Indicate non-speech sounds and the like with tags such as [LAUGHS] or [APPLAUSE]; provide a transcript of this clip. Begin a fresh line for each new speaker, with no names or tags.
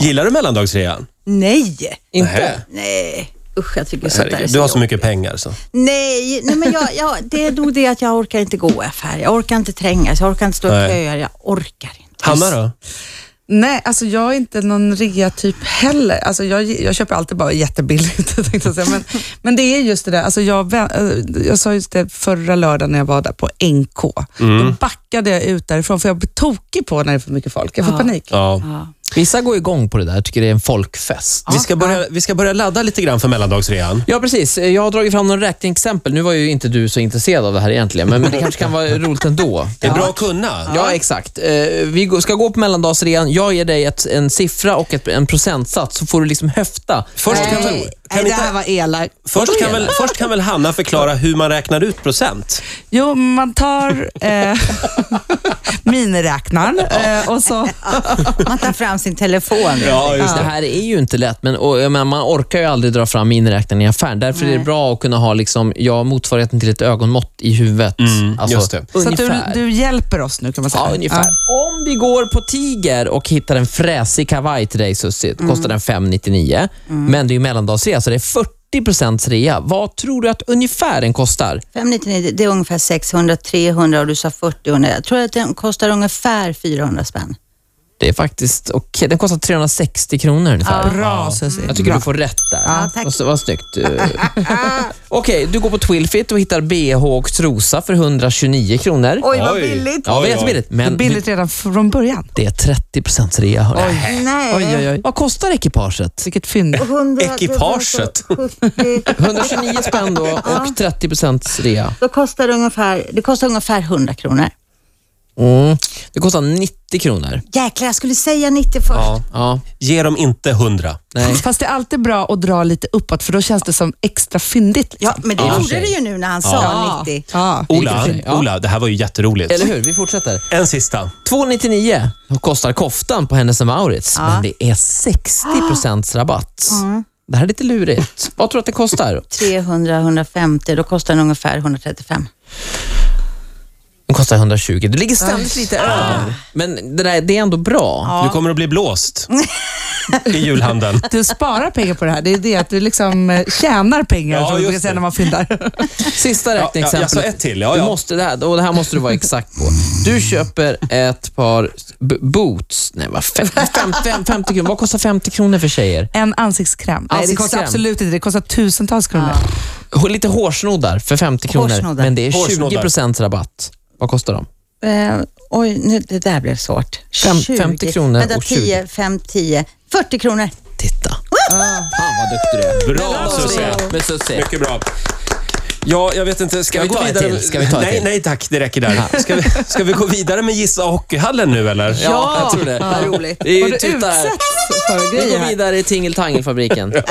Gillar du mellandagsrean?
Nej,
Nähä.
Inte?
nej. Usch, jag tycker sånt där är
Du har
så
så mycket pengar så.
Nej, nej men jag, jag, det är nog det att jag orkar inte gå i affär. Jag orkar inte trängas, jag orkar inte stå i
Nej.
köer, jag orkar inte.
Hanna då?
Nej, alltså jag är inte någon rea-typ heller. Alltså jag, jag köper alltid bara jättebilligt, [LAUGHS] tänkte jag säga. Men, men det är just det där, alltså jag, vä- eh, jag sa just det förra lördagen när jag var där på NK.
Mm.
Då backade jag ut därifrån, för jag blir tokig på när det är för mycket folk. Jag får panik.
Ja.
Vissa går igång på det där, tycker det är en folkfest.
Vi, ska börja, vi ska börja ladda lite grann för mellandagsrean.
Ja, precis. Jag har dragit fram några räkneexempel. Nu var ju inte du så intresserad av det här egentligen, men, men det kanske kan vara roligt ändå.
Det är bra att kunna.
Ja, exakt. Eh, vi gå- ska gå på mellandagsrean. Jag ger dig ett, en siffra och ett, en procentsats, så får du liksom höfta.
Först kan, väl, kan, inte,
var elakt.
först, kan väl, först kan väl Hanna förklara hur man räknar ut procent?
Jo, man tar eh, [LAUGHS] miniräknaren eh, och så...
Man tar fram sin telefon.
Ja, just
Det här är ju inte lätt, men och, jag menar, man orkar ju aldrig dra fram miniräknaren i affären. Därför är det bra att kunna ha liksom, ja, motsvarigheten till ett ögonmått i huvudet. alltså,
Mm, just det.
Så att
ungefär.
du, du hjälper oss nu kan man säga.
Ja, ungefär. Om vi går på Tiger och hittar en fräsig kavaj till dig, Sussie, då
Mm.
kostar den 599. Men det är ju mellandagsrea, så det är 40 rea. Vad tror du att ungefär den kostar?
599, det är ungefär 600, 300 och du sa 40. och nej, Jag tror att den kostar ungefär 400 spänn.
Det är faktiskt okej. Den kostar 360 kronor ungefär.
Mm. Bra Susie.
Jag tycker du får rätt där.
Ja, tack.
Vad,
[LAUGHS]
vad snyggt. Eh, Okej, du går på Twilfit och hittar bh och trosa för 129 kronor.
Oj, vad
Oj.
billigt.
ja,
oj,
det är
oj.
jättebilligt,
Det är
men
billigt redan från början.
det är 30 rea. hörni.
Nej.
Oj, oj, oj.
Vad kostar ekipaget?
Vilket fynd.
100,
Ekipaget.
det var så 70.
129 spänn då och 30 rea.
Då kostar det, ungefär, det kostar ungefär 100 kronor.
Mm. Det kostar 90 kronor.
Jäklar, jag skulle säga 90 först.
Ja.
Ge dem inte hundra.
Nej.
Fast det är alltid bra att dra lite uppåt för då känns det som extra fyndigt.
Ja, men det
Ja,
gjorde
tjej.
det ju nu när han sa 90.
Ja.
Ola,
Det är ja.
Ola, det här var ju jätteroligt.
Eller hur? Vi fortsätter.
En sista.
299 kostar koftan på Hennes Mauritz, men det är 60 rabatt. Det här är lite lurigt. Vad tror du att det kostar?
300, 150, då kostar den ungefär 135.
Den kostar 120. Du ligger ständigt lite över, men det, där, det är ändå bra.
Du kommer att bli blåst i julhandeln.
Du sparar pengar på det här. Det är det att du liksom eh, tjänar pengar,
Ja,
som man brukar
just
säga
det.
när man fyndar.
Sista
Ja, ja,
räkneexemplet.
jag sa ett till. Ja,
Du
ja.
måste det här, och det här måste du vara exakt på. Du köper ett par b- boots. Nej, vad, fem, fem, fem, 50 kronor. Vad kostar 50 kronor för tjejer?
En ansiktskräm. Nej, det kostar
Ansiktskräm.
absolut inte. Det kostar tusentals kronor.
H- Lite hårsnoddar för 50 kronor,
Hårsnoddar.
men det
Hårsnoddar.
är 20 rabatt. Vad kostar de?
Eh, oj, nu, det där blev svårt.
Fem-
20.
50 kronor
Vänta,
och 20.
10, 5, 10, 40 kronor.
Titta. Ah. Fan vad duktig du är.
Bra, Susie.
Men Susie,
Mycket bra. Ja, jag vet inte. Ska,
vi
gå
ta ett
vidare?
till? Ska vi ta ett
nej,
till?
nej tack. Det räcker där. Ska vi, ska vi gå vidare med Gissa Hockeyhallen nu eller?
Ja, jag tror det.
Vad roligt.
det är
Har
ju,
du
titta här.
utsatts för
Vi
grejer
går
här?
vidare i tingeltangelfabriken.